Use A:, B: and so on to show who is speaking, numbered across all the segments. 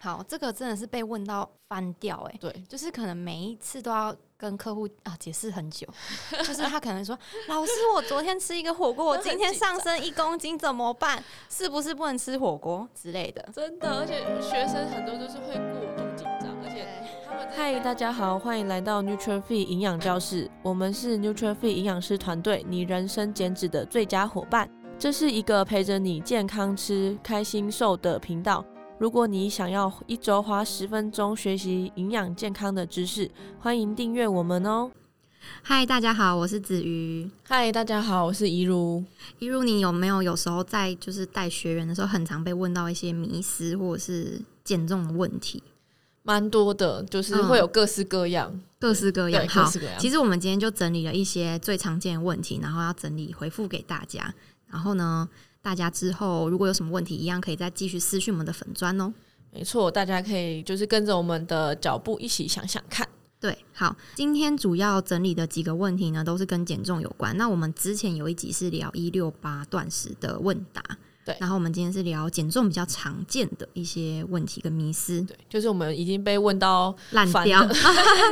A: 好，这个真的是被问到翻掉哎、
B: 对，
A: 就是可能每一次都要跟客户啊解释很 久，就是他可能说：“老师，我昨天吃一个火锅，我今天上升一公斤怎么办？是不是不能吃火锅之类的
B: 真的，而且学生很多都是会过度紧张，而？”且他们真的
C: 嗨，大家好，欢迎来到 NutriFit 营养教室。我们是 NutriFit 营养师团队，你人生减脂的最佳伙伴。这是一个陪着你健康吃、开心瘦的频道。如果你想要一周花十分钟学习营养健康的知识，欢迎订阅我们哦。
A: 嗨，大家好，我是子瑜。
B: 嗨，大家好，我是怡如。
A: 一如你有没有有时候在就是带学员的时候，很常被问到一些迷思或者是减重的问题，
B: 蛮多的，就是
A: 嗯
B: 会有各式各样，
A: 各式各
B: 对，
A: 样。
B: 各
A: 好
B: 式，各样。
A: 其实我们今天就整理了一些最常见的问题，然后要整理回复给大家。然后呢，大家之后如果有什么问题，一样可以再继续私讯我们的粉砖哦。
B: 没错，大家可以就是跟着我们的脚步一起想想看。
A: 对，好，今天主要整理的几个问题呢，都是跟减重有关。那我们之前有一集是聊一六八断食的问答，
B: 对
A: 然后我们今天是聊减重比较常见的一些问题跟迷思，
B: 对，就是我们已经被问到
A: 烂
B: 烦
A: 掉
B: 了。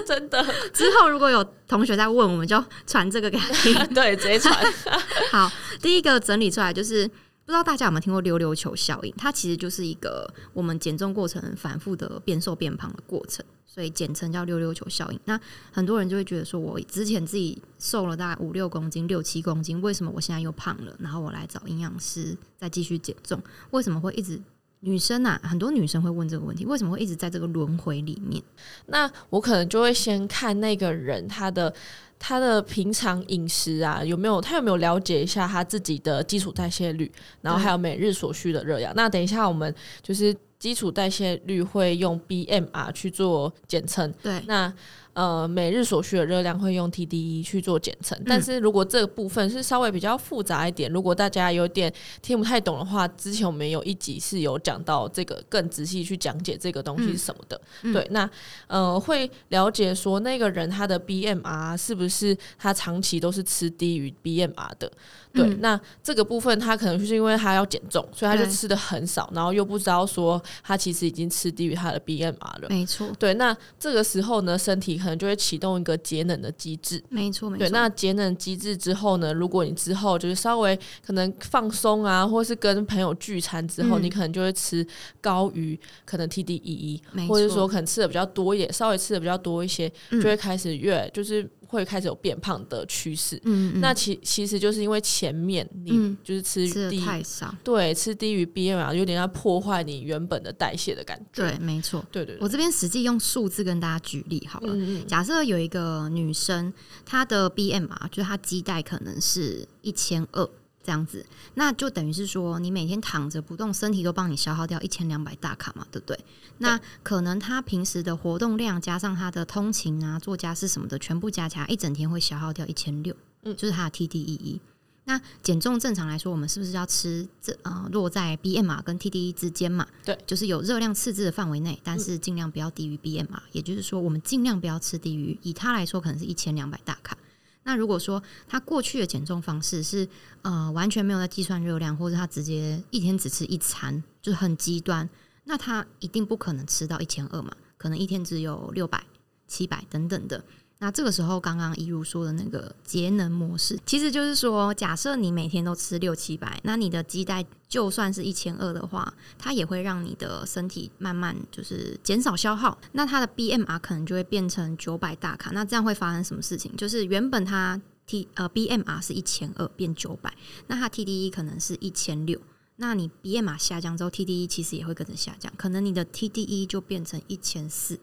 B: 真的，
A: 之后如果有同学在问，我们就传这个给他听。
B: 对，直接传。
A: 好，第一个整理出来就是。不知道大家有没有听过溜溜球效应？它其实就是一个我们减重过程反复的变瘦变胖的过程，所以简称叫溜溜球效应。那很多人就会觉得说，我之前自己瘦了大概五六公斤、六七公斤，为什么我现在又胖了？然后我来找营养师再继续减重，为什么会一直？女生啊，很多女生会问这个问题，为什么会一直在这个轮回里面？
B: 那我可能就会先看那个人他的他的平常饮食啊，有没有他有没有了解一下他自己的基础代谢率，然后还有每日所需的热量。那等一下我们就是基础代谢率会用 BMR 去做简称，
A: 对，
B: 那呃，每日所需的热量会用 TDE 去做简
A: 嗯
B: 称，但是如果这个部分是稍微比较复杂一点，如果大家有点听不太懂的话，之前我们有一集是有讲到这个更仔细去讲解这个东西是什么的。
A: 嗯嗯
B: 对，那呃会了解说那个人他的 BMR 是不是他长期都是吃低于 BMR 的？对，
A: 嗯
B: 那这个部分他可能就是因为他要减重，所以他就
A: 对
B: 吃的很少，然后又不知道说他其实已经吃低于他的 BMR 了。
A: 没错，
B: 对，那这个时候呢，身体可能就会启动一个节能的机制。
A: 没错，没错。
B: 对，那节能机制之后呢，如果你之后就是稍微可能放松啊，或是跟朋友聚餐之后，
A: 嗯
B: 你可能就会吃高于可能 TDEE，
A: 没错
B: E，或者说可能吃的比较多一点，稍微吃的比较多一些，
A: 嗯
B: 就会开始越、就是会开始有变胖的趋势。
A: 嗯，嗯
B: 那其其实就是因为前面你
A: 嗯
B: 就是吃
A: 吃
B: 低
A: 的太少，
B: 对吃低于 BMR，有点要破坏你原本的代谢的感觉。
A: 对，没错。
B: 对对对，
A: 我这边实际用数字跟大家举例好了。
B: 嗯嗯
A: 假设有一个女生，她的 BM 啊，就是她基带可能是一千二这样子，那就等于是说你每天躺着不动，身体都帮你消耗掉一千两百大卡嘛，对不对？那可能她平时的活动量加上她的通勤啊、做家事什么的，全部加起来一整天会消耗掉一千六，
B: 嗯
A: 就是她的 TDEE。那 E 减重正常来说，我们是不是要吃这呃落在 BMR 跟 TDE 之间嘛？就是有热量赤字的范围内，但是尽量不要低于 BMR，、也就是说，我们尽量不要吃低于，以它来说可能是一千两百大卡。那如果说他过去的减重方式是呃完全没有在计算热量，或者他直接一天只吃一餐，就是很极端，那他一定不可能吃到一千二嘛，可能一天只有六百、七百等等的。那这个时候，刚刚一如说的那个节能模式，其实就是说，假设你每天都吃六七百，那你的基带就算是一千二的话，它也会让你的身体慢慢就是减少消耗，那它的 BMR 可能就会变成九百大卡，那这样会发生什么事情？就是原本它 T 呃 BMR 是一千二变九百，那它 TDE 可能是一千六，那你 BMR 下降之后，TDE 其实也会跟着下降，可能你的 TDE 就变成一千四，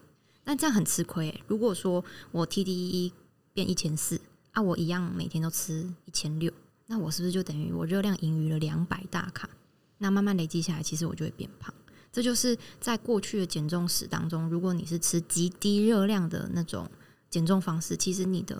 A: 那这样很吃亏、欸。如果说我 TDE 变一千四，啊，我一样每天都吃一千六，那我是不是就等于我热量盈余了两百大卡？那慢慢累积下来，其实我就会变胖。这就是在过去的减重史当中，如果你是吃极低热量的那种减重方式，其实你的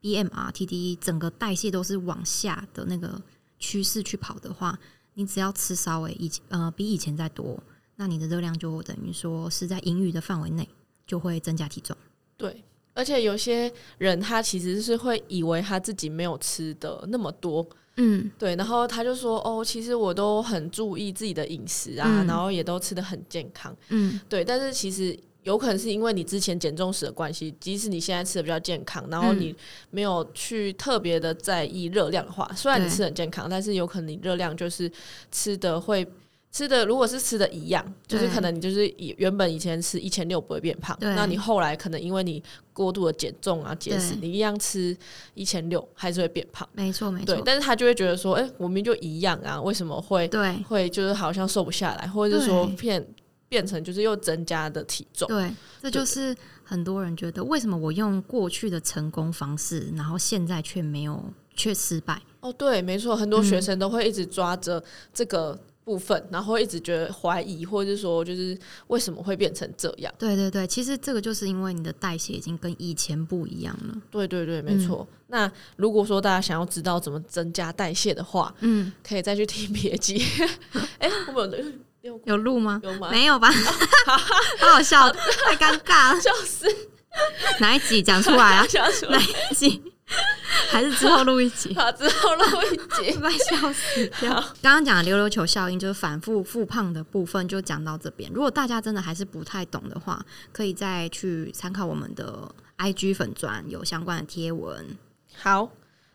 A: BMR、TDE E 整个代谢都是往下的那个趋势去跑的话，你只要吃稍微以前呃比以前再多，那你的热量就等于说是在盈余的范围内，就会增加体重。
B: 对，而且有些人他其实是会以为他自己没有吃的那么多，
A: 嗯
B: 对，然后他就说哦，其实我都很注意自己的饮食啊，
A: 嗯
B: 然后也都吃的很健康。
A: 嗯
B: 对，但是其实有可能是因为你之前减重时的关系，即使你现在吃的比较健康，然后
A: 嗯
B: 你没有去特别的在意热量的话，虽然你
A: 对
B: 吃得很健康，但是有可能你热量就是吃的会。吃的如果是吃的一样，就是
A: 对
B: 可能你就是以原本以前吃一千六不会变胖，
A: 对
B: 那你后来可能因为你过度的减重啊节食，
A: 对
B: 你一样吃一千六还是会变胖，
A: 没错没
B: 对
A: 错，，
B: 但是他就会觉得说，哎、我明明就一样啊，为什么会
A: 对
B: 会就是好像瘦不下来，或者是说
A: 对
B: 变变成就是又增加的体重。
A: 对，这就是很多人觉得为什么我用过去的成功方式，然后现在却没有却失败。
B: 哦，对，没错，很多
A: 嗯
B: 学生都会一直抓着这个部分，然后会一直觉得怀疑，或者是说就是为什么会变成这样？
A: 对对对，其实这个就是因为你的代谢已经跟以前不一样了。
B: 对对对，
A: 嗯
B: 没错。那如果说大家想要知道怎么增加代谢的话，
A: 嗯，
B: 可以再去听别集。 哎、我们有
A: 有录吗？
B: 有吗？
A: 没有吧？ 好好笑，太尴尬了。
B: 笑死，？
A: 哪一集讲出来啊
B: 笑死我
A: 哪！一集？还是之后录一 集？
B: 好，之后让我一节。
A: 快笑死掉！刚刚讲的溜溜球效应，就是反复复胖的部分，就讲到这边。如果大家真的还是不太懂的话，可以再去参考我们的 IG 粉砖有相关的贴文。
B: 好，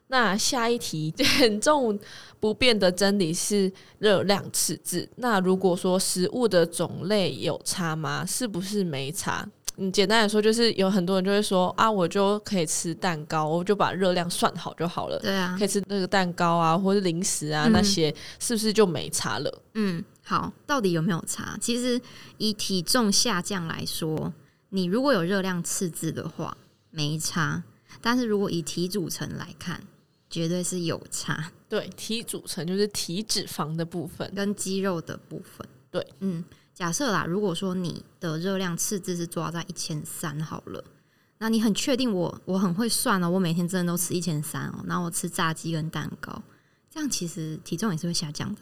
B: 那下一题， 减重不变的真理是热量赤字。那如果说食物的种类有差吗？是不是没差？嗯，简单来说，就是有很多人就会说啊，我就可以吃蛋糕，我就把热量算好就好了，
A: 对啊
B: 可，以吃那个蛋糕啊，或是零食啊、
A: 嗯
B: 那些，是不是就没差了？
A: 嗯，好，到底有没有差？其实以体重下降来说，你如果有热量赤字的话，没差；但是如果以体组成来看，绝对是有差，
B: 对，体组成就是体脂肪的部分。
A: 跟肌肉的部分。
B: 对，
A: 嗯，假设啦，如果说你的热量赤字是抓在一千三好了。那你很确定我我很会算哦，我每天真的都吃一千三哦，然后我吃炸鸡跟蛋糕，这样其实体重也是会下降的。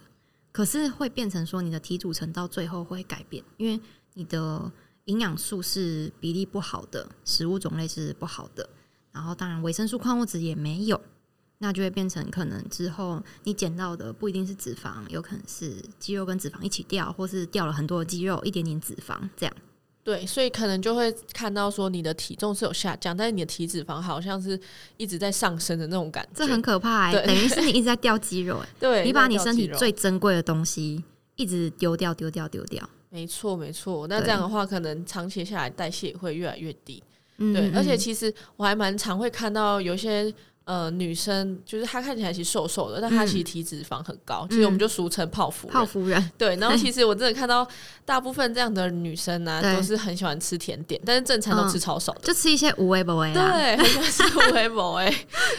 A: 可是会变成说你的体组成到最后会改变，因为你的营养素是比例不好的，食物种类是不好的，然后当然维生素、矿物质也没有，那就会变成可能之后你减到的不一定是脂肪，有可能是肌肉跟脂肪一起掉，或是掉了很多的肌肉，一点点脂肪这样。
B: 对，所以可能就会看到说你的体重是有下降，但是你的体脂肪好像是一直在上升的那种感觉。
A: 这很可怕、欸，
B: 对
A: 等于是你一直在掉肌肉、欸，
B: 对，
A: 你把你身体
B: 那叫肌肉
A: 最珍贵的东西一直丢掉、丢掉、丢掉。
B: 没错没错，那
A: 对
B: 这样的话，可能长期下来代谢也会越来越低。
A: 嗯
B: 对，
A: 嗯
B: 而且其实我还蛮常会看到有一些。呃，女生就是她看起来其实瘦瘦的，但她
A: 嗯
B: 其实体脂肪很高，其实我们就俗称泡芙人。
A: 泡芙人，
B: 对， 然后其实我真的看到大部分这样的女生呢、
A: 对嗯
B: 都是很喜欢吃甜点，但是正餐都吃超少的。
A: 就吃一些无为不为啦。
B: 对，很喜欢吃 微博 哎、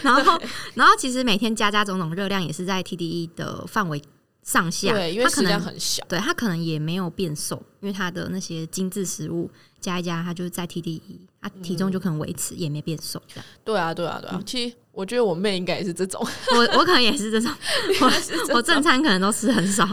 A: 然后，然后其实每天加加种种热量也是在 TDE 的范围上下，
B: 对，因为
A: 它可
B: 食量
A: 能
B: 很小。
A: 对它可能也没有变瘦，因为它的那些精致食物加一加，它就是在 TDE，它啊体重就
B: 嗯
A: 可能维持，也没变瘦。这样
B: 对啊，对啊，对啊。
A: 嗯
B: 其实我觉得我妹应该也是 这种，
A: 我我可能也是这种，
B: 是 这种
A: 我哦正餐可能都吃很 少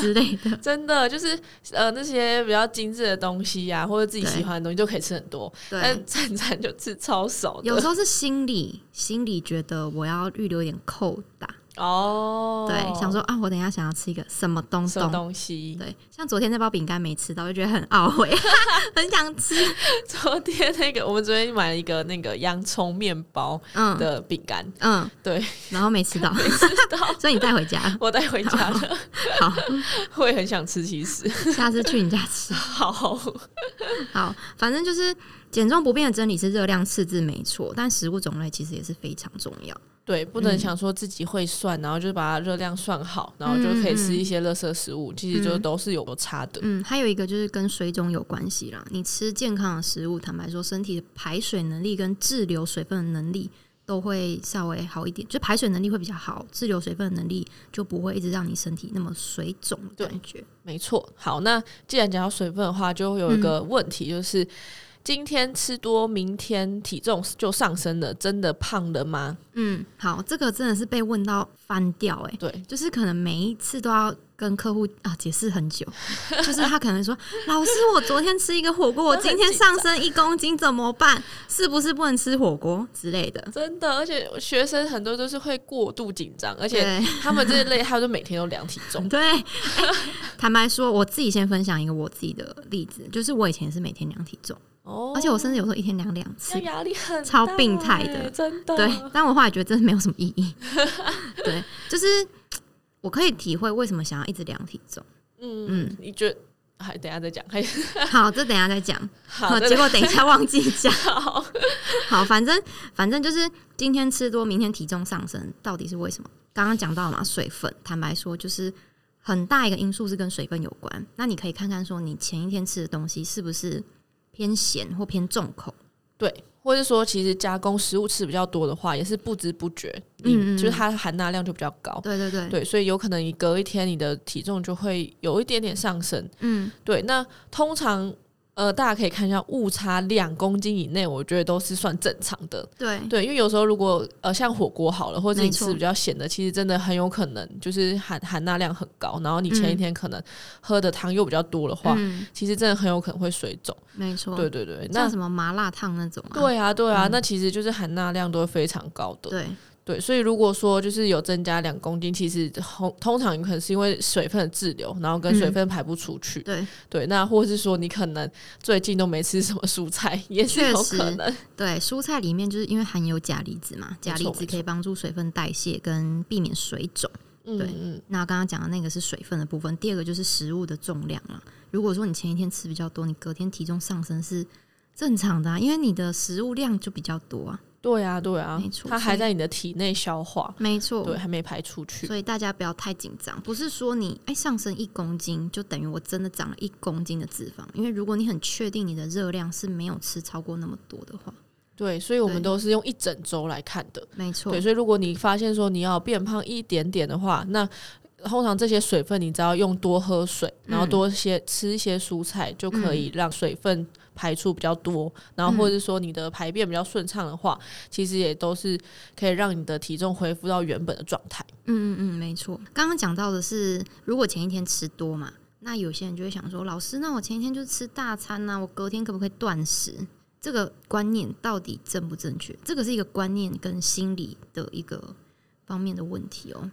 A: 之类的。
B: 真的就是呃那些比较精致的东西呀、或者自己喜欢的东西就可以吃很多，
A: 对
B: 但，正餐就吃超少
A: 有
B: 的。
A: 时候是心理心理觉得我要预留一点扣打，
B: 哦，
A: 对，想说啊，我等一下想要吃一个什么东
B: 什么
A: 东。
B: 东西？
A: 对，像昨天那包饼干没吃到，就觉得很懊 悔，很想吃。
B: 昨天那个我们昨天买了一个那个洋葱面包
A: 嗯，
B: 的饼干，
A: 嗯，
B: 对，
A: 然后没吃 到，所以你带回家了。
B: 我带回家了，
A: 好，
B: 会很想吃。其实
A: 下次去你家吃。
B: 好，
A: 好，反正就是减重不变的真理是热量赤字没错，但食物种类其实也是非常重要。
B: 对，不
A: 嗯
B: 能想说自己会算，然后就把它热量算好，然后就可以吃一些垃圾食物，其实就都是有差的。
A: 嗯，还有一个就是跟水肿有关系啦。你吃健康的食物，坦白说，身体的排水能力跟滞留水分的能力都会稍微好一点，就排水能力会比较好，滞留水分的能力就不会一直让你身体那么水肿的感觉。嗯
B: 没错，好，那既然讲到水分的话，就会有一个问题，就是、今天吃多，明天体重就上升了，真的胖了吗？
A: 嗯，好，这个真的是被问到翻掉哎、
B: 对，
A: 就是可能每一次都要跟客户啊解释很久，就是他可能说：“老师，我昨天吃一个火锅，我今天上升一公斤怎么办？是不是不能吃火锅之类的
B: 真的，而且学生很多都是会过度紧张，？”而且
A: 对。
B: 他们这一类，他们就每天都量体重
A: 对、哎坦白说，我自己先分享一个我自己的例子，就是我以前是每天量体重，
B: 哦哎
A: 而且我甚至有时候一天量两次
B: 这，压力很大
A: 超病态的
B: 欸真的。
A: 对，但我后来觉得真的没有什么意义。对，就是我可以体会为什么想要一直量体重。
B: 嗯嗯，你觉得？还等一下再讲，还是
A: 好，这等一下再讲。
B: 好
A: 好，
B: 的
A: 结果等一下忘记讲。
B: 好，
A: 好，反正反正就是今天吃多，明天体重上升，到底是为什么？刚刚讲到嘛，水分，坦白说就是。很大一个因素是跟水分有关，那你可以看看说你前一天吃的东西是不是偏咸或偏重口，
B: 对，或是说其实加工食物吃比较多的话，也是不知不觉，
A: 嗯
B: 嗯，
A: 嗯
B: 就是它含钠量就比较高。
A: 对对对，
B: 对，所以有可能你隔一天你的体重就会有一点点上升。
A: 嗯，
B: 对，那通常呃，大家可以看一下误差两公斤以内，我觉得都是算正常的。
A: 对，
B: 对，因为有时候如果呃像火锅好了，或者
A: 没
B: 你吃
A: 错
B: 比较咸的，其实真的很有可能就是含含钠量很高，然后你前一
A: 嗯
B: 天可能喝的糖又比较多的话，
A: 嗯，哦
B: 其实真的很有可能会水肿。
A: 没错，
B: 对对对，那
A: 像什么麻辣烫那种、啊，
B: 对啊对啊，那其实就是含钠量都会非常高的。
A: 对，
B: 对，所以如果说就是有增加两公斤，其实通通常有可能是因为水分的滞留，然后
A: 嗯
B: 跟水分排不出去。
A: 对
B: 对，那或是说你可能最近都没吃什么蔬菜， 也是有可能。
A: 对，蔬菜里面就是因为含有钾离子嘛，钾离
B: 没
A: 子
B: 错
A: 可以帮助水分代谢跟避免水肿。
B: 嗯
A: 对
B: 嗯，
A: 那刚刚讲的那个是水分的部分，第二个就是食物的重量了。如果说你前一天吃比较多，你隔天体重上升是正常的、啊，因为你的食物量就比较多啊。
B: 对啊对啊
A: 没，错
B: 它
A: 所
B: 还
A: 以
B: 在你的体内消化，
A: 没错，
B: 对，还没排出去。
A: 所以大家不要太紧张，不是说你哎上升一公斤就等于我真的长了一公斤的脂肪，因为如果你很确定你的热量是没有吃超过那么多的话，
B: 对，所以我们
A: 对
B: 都是用一整周来看的。
A: 没错
B: 对，，所以如果你发现说你要变胖一点点的话，那通常这些水分你只要用多喝水，然后
A: 嗯
B: 多些、吃一些蔬菜，就可以让水分排出比较多，然后
A: 嗯
B: 或者是说你的排便比较顺畅的话，其实也都是可以让你的体重恢复到原本的状态。
A: 嗯嗯嗯，没错。刚刚讲到的是，如果前一天吃多嘛，那有些人就会想说，老师，那我前一天就吃大餐呐、我隔天可不可以断食？这个观念到底正不正确？这个是一个观念跟心理的一个方面的问题哦。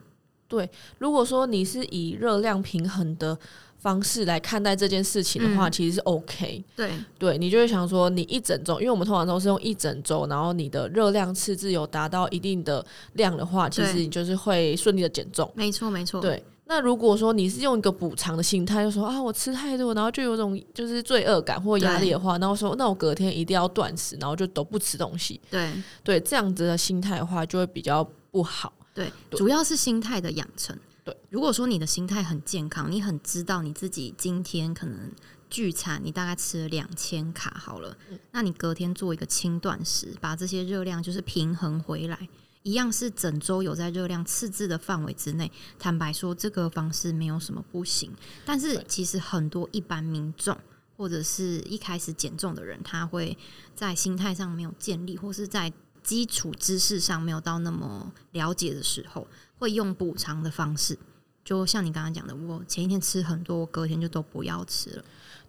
B: 如果说你是以热量平衡的方式来看待这件事情的话，
A: 嗯
B: 其实是 OK。
A: 对，
B: 对你就会想说，你一整周，因为我们通常都是用一整周，然后你的热量赤字有达到一定的量的话，其
A: 对
B: 实你就是会顺利的减重。
A: 没错，没错。，
B: 对，那如果说你是用一个补偿的心态，就说啊，我吃太多，然后就有种就是罪恶感或压力的话，然后说那我隔天一定要断食，然后就都不吃东西。
A: 对，
B: 对，这样子的心态的话，就会比较不好。
A: 对，
B: 对
A: 主要是心态的养成。
B: 对，
A: 如果说你的心态很健康，你很知道你自己今天可能聚餐，你大概吃了两千卡好了，
B: 嗯
A: 那你隔天做一个轻断食，把这些热量就是平衡回来，一样是整周有在热量赤字的范围之内。坦白说，这个方式没有什么不行，但是
B: 对
A: 其实很多一般民众。或者是一开始减重的人，他会在心态上没有建立，或是在基础知识上没有到那么了解的时候，会用补偿的方式。就像你刚刚讲的，我前一天吃很多，我隔天就都不要吃了，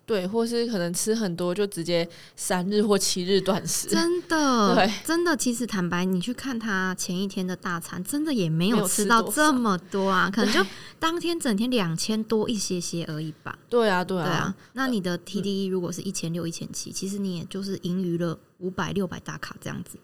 B: 对，或是可能吃很多就直接三日或七日断食。
A: 真的
B: 对，
A: 真的。其实坦白，你去看他前一天的大餐，真的也没
B: 没
A: 有
B: 有
A: 吃
B: 吃
A: 到
B: 多
A: 这
B: 少
A: 么多啊，可能就当天整天两千多一些些而已吧。
B: 对啊，对
A: 对
B: 啊
A: 啊，，那你的 TDE 如果是一千六、一千七，其实你也就是盈余了五百、六百大卡这样子。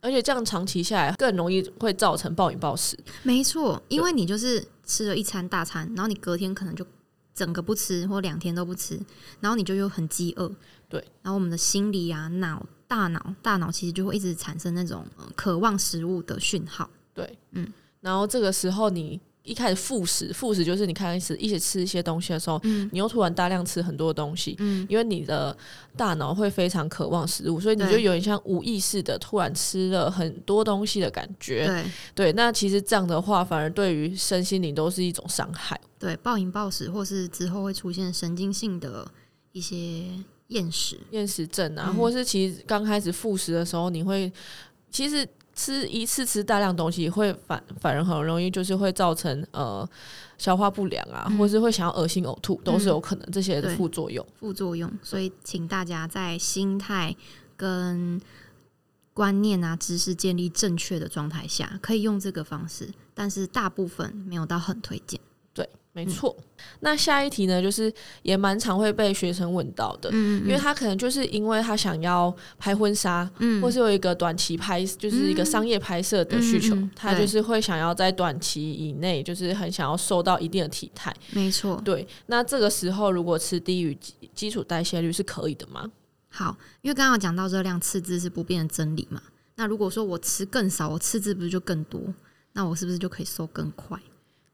B: 而且这样长期下来更容易会造成暴饮暴食。
A: 没错，因为你就是吃了一餐大餐，然后你隔天可能就整个不吃，或两天都不吃，然后你就又很饥饿。
B: 对，
A: 然后我们的心理啊、脑、大脑、大脑其实就会一直产生那种、呃渴望食物的讯号。
B: 对，嗯
A: 嗯，
B: 然后这个时候你一开始复食，复食就是你开始一起吃一些东西的时候，
A: 嗯
B: 你又突然大量吃很多东西，
A: 嗯，
B: 因为你的大脑会非常渴望食物，所以你
A: 对
B: 就有点像无意识的突然吃了很多东西的感觉。
A: 对
B: 对，那其实这样的话，反而对于身心灵都是一种伤害。
A: 对，暴饮暴食，或是之后会出现神经性的一些厌食，
B: 厌食症啊，
A: 嗯
B: 或是其实刚开始复食的时候，你会其实吃一次吃大量东西，会反反而很容易就是会造成呃消化不良啊，
A: 嗯
B: 或是会想要恶心呕吐，都是有可能这些的
A: 对
B: 副作用。
A: 副作用，所以请大家在心态跟观念啊、知识建立正确的状态下，可以用这个方式，但是大部分没有到很推荐。
B: 没错。那下一题呢，就是也蛮常会被学生问到的，
A: 嗯
B: 因为他可能就是因为他想要拍婚纱，
A: 嗯
B: 或是有一个短期拍，就是一个商业拍摄的需求，
A: 嗯嗯嗯
B: 他就是会想要在短期以内，就是很想要瘦到一定的体态。
A: 没错，
B: 对，那这个时候如果吃低于基基础代谢率是可以的吗？
A: 好，因为刚刚有讲到热量赤字是不变的真理嘛，那如果说我吃更少，我赤字不是就更多？那我是不是就可以瘦更快？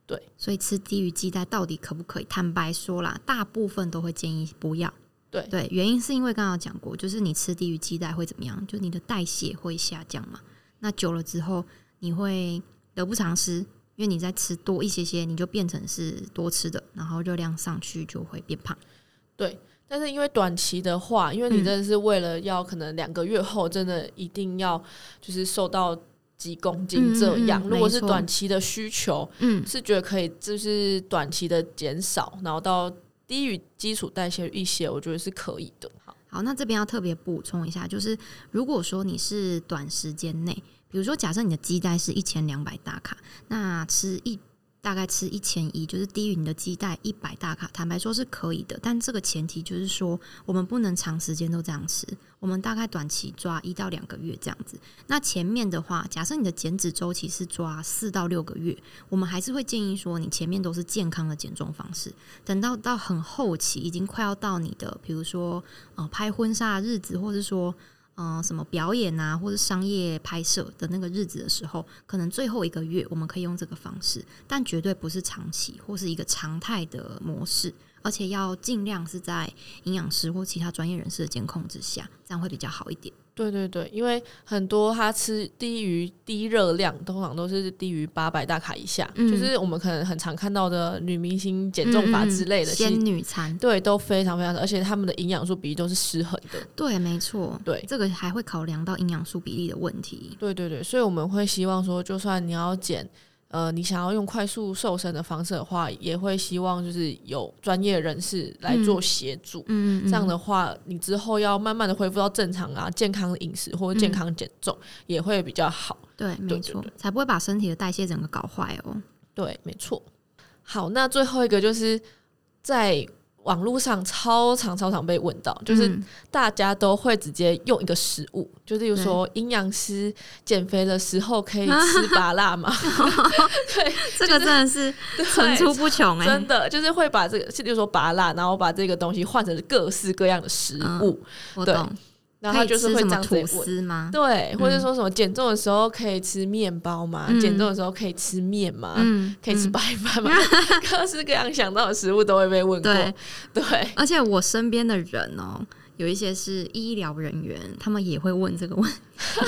B: 对，
A: 所以吃低于基带到底可不可以？坦白说啦，大部分都会建议不要。
B: 对
A: 对，原因是因为刚刚有讲过，就是你吃低于基带会怎么样？就是你的代谢会下降嘛。那久了之后，你会得不偿失，因为你再吃多一些些，你就变成是多吃的，然后热量上去就会变胖。
B: 但是因为短期的话，因为
A: 嗯
B: 你真的是为了要可能两个月后真的一定要就是瘦到几公斤这样，
A: 嗯嗯嗯
B: 如果是
A: 没错
B: 短期的需求，
A: 嗯，
B: 是觉得可以就是短期的减少，然后到低于基础代谢率一些，我觉得是可以的。好，
A: 好，那这边要特别补充一下，就是如果说你是短时间内，比如说假设你的基带是一千两百大卡，那吃一大概吃一千一，就是低于你的基带一百大卡，坦白说是可以的，但这个前提就是说我们不能长时间都这样吃，我们大概短期抓一到两个月这样子。那前面的话，假设你的减脂周期是抓四到六个月，我们还是会建议说你前面都是健康的减重方式，等到到很后期，已经快要到你的，比如说呃拍婚纱的日子，或是说呃什么表演啊，或是商业拍摄的那个日子的时候，可能最后一个月我们可以用这个方式，但绝对不是长期或是一个常态的模式，而且要尽量是在营养师或其他专业人士的监控之下，这样会比较好一点。
B: 对对对，因为很多他吃低于低热量，通常都是低于八百大卡以下，
A: 嗯
B: 就是我们可能很常看到的女明星减重法之类的，其实
A: 嗯仙女餐，
B: 对，都非常非常，而且他们的营养素比例都是失衡的。
A: 对，没错，
B: 对，
A: 这个还会考量到营养素比例的问题。
B: 对对对，所以我们会希望说，就算你要减，呃，你想要用快速瘦身的方式的话，也会希望就是有专业人士来做协助。
A: 嗯，嗯
B: 这样的话，你之后要慢慢的恢复到正常啊，健康的饮食
A: 嗯
B: 或者健康减重、也会比较好。
A: 对，
B: 对
A: 没
B: 对
A: 错，才不会把身体的代谢整个搞坏哦。
B: 对，没错。好，那最后一个就是在网络上超常超常被问到，就是
A: 嗯
B: 大家都会直接用一个食物，就是例如说营养师减肥的时 候可以吃拔辣吗？
A: 这个真的是
B: 对
A: 层出不穷哎、
B: 真的就是会把这个，例如说拔辣，然后把这个东西换成各式各样的食物，
A: 我
B: 对
A: 懂。
B: 然
A: 嗯可
B: 后他
A: 以
B: 就是
A: 吃
B: 会
A: 什
B: 这
A: 么
B: 样子
A: 吐
B: 问。
A: 司吗？
B: 对，
A: 嗯
B: 或者说什么减重的时候可以吃面包吗？
A: 嗯
B: 减重的时候可以吃面吗？
A: 嗯，
B: 啊可以吃
A: 嗯
B: 白饭吗？ 各式各样想到的食物都会被问过。
A: 对，
B: 对
A: 而且我身边的人哦、有一些是医疗人员，他们也会问这个问题，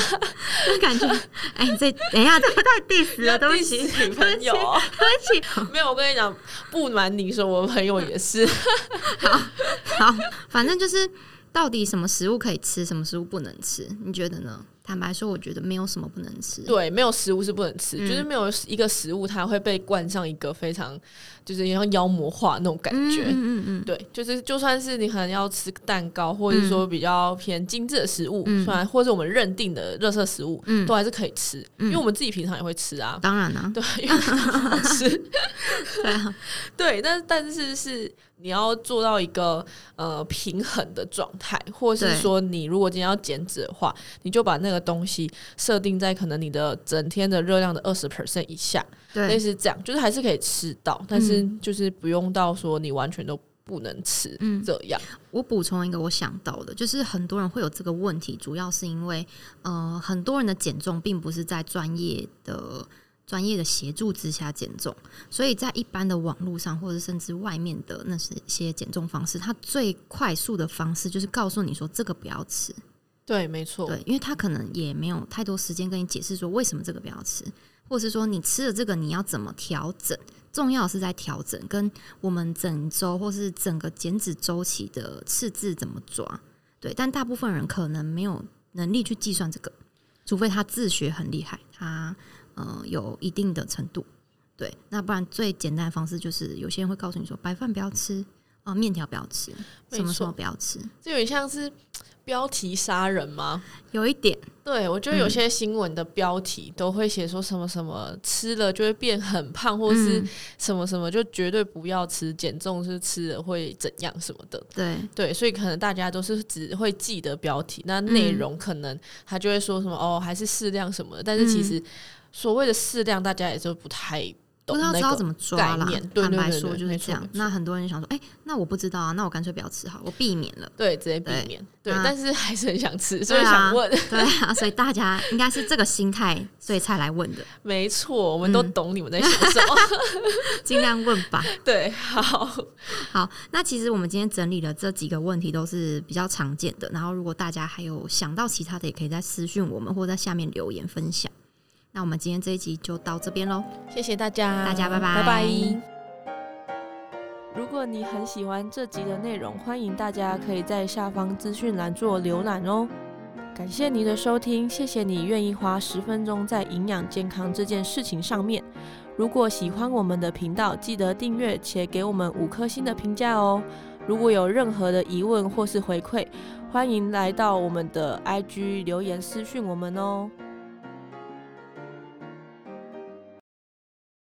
A: 就感觉哎、这等一下这个太 diss 了，对不起，
B: 你
A: 对
B: 女
A: 不
B: 朋
A: 起，
B: 友哦
A: 对不起。
B: 没有，我跟你讲，不瞒你说，我朋友也是。
A: 好，反正就是到底什么食物可以吃，什么食物不能吃，你觉得呢？坦白说，我觉得没有什么不能吃。
B: 对，没有食物是不能吃，
A: 嗯
B: 就是没有一个食物它会被冠上一个非常就是像妖魔化那种感
A: 嗯，
B: 觉。
A: 嗯嗯嗯，
B: 对，就是就算是你可能要吃蛋糕，或者是说比较偏精致的食物，
A: 嗯
B: 虽然或者我们认定的热色食物，
A: 嗯
B: 都还是可以吃，
A: 嗯
B: 因为我们自己平常也会吃啊。
A: 当然啦、
B: 对， 因为好吃。
A: 对啊，
B: 对，但但是是你要做到一个呃平衡的状态，或是
A: 对
B: 说你如果今天要减脂的话，你就把那个东西设定在可能你的整天的热量的二十 percent 以下，类
A: 对，
B: 似这样，就是还是可以吃到，但是
A: 嗯
B: 就是不用到说你完全都不能吃。
A: 嗯，
B: 这样，
A: 我补充一个我想到的，就是很多人会有这个问题，主要是因为呃，很多人的减重并不是在专业的专业的协助之下减重，所以在一般的网络上或者甚至外面的那些些减重方式，它最快速的方式就是告诉你说这个不要吃，
B: 对，没错，
A: 对，因为他可能也没有太多时间跟你解释说为什么这个不要吃，或是说你吃了这个你要怎么调整。重要是在调整跟我们整周或是整个减脂周期的赤字怎么抓。对，但大部分人可能没有能力去计算这个，除非他自学很厉害，他呃有一定的程度。对，那不然最简单的方式就是有些人会告诉你说，白饭不要吃，啊、面条不要吃，
B: 没
A: 什么时候
B: 错
A: 不要吃，
B: 这有点像是标题杀人吗？
A: 有一点
B: 对，我觉
A: 嗯
B: 得有些新闻的标题都会写说什么什么吃了就会变很胖，或是
A: 嗯
B: 什么什么就绝对不要吃，减重是吃了会怎样什么的。
A: 对，
B: 对，所以可能大家都是只会记得标题，那内
A: 嗯
B: 容可能他就会说什么、哦，还是适量什么的。
A: 嗯
B: 但是其实所谓的适量，大家也就不太
A: 不
B: 懂
A: 知
B: 那
A: 道
B: 个
A: 知道怎么抓啦
B: 概念。对
A: 坦白
B: 对对
A: 说
B: 对
A: 就是
B: 没错
A: 这样
B: 没。错
A: 那很多人想说，哎、那我不知道啊，那我干脆不要吃好了，我避免 了。
B: 对，直接避
A: 对
B: 免。对，
A: 那
B: 但是还是很想吃，所
A: 对啊
B: 以想问，
A: 对啊，所以大家应该是这个心态，所以才来问的，
B: 没错，我们都
A: 嗯
B: 懂你们在想什 么。
A: 尽量问吧。
B: 对，好，
A: 好，那其实我们今天整理了这几个问题，都是比较常见的。然后，如果大家还有想到其他的，也可以在私讯我们，或在下面留言分享。那我们今天这一集就到这边喽。
B: 谢谢大家，
A: 大家拜拜
B: 拜拜。
C: 如果你很喜欢这集的内容，欢迎大家可以在下方资讯栏做浏览哦。感谢你的收听，谢谢你愿意花十分钟在营养健康这件事情上面。如果喜欢我们的频道，记得订阅且给我们五颗星的评价哦。如果有任何的疑问或是回馈，欢迎来到我们的 IG 留言私讯我们哦。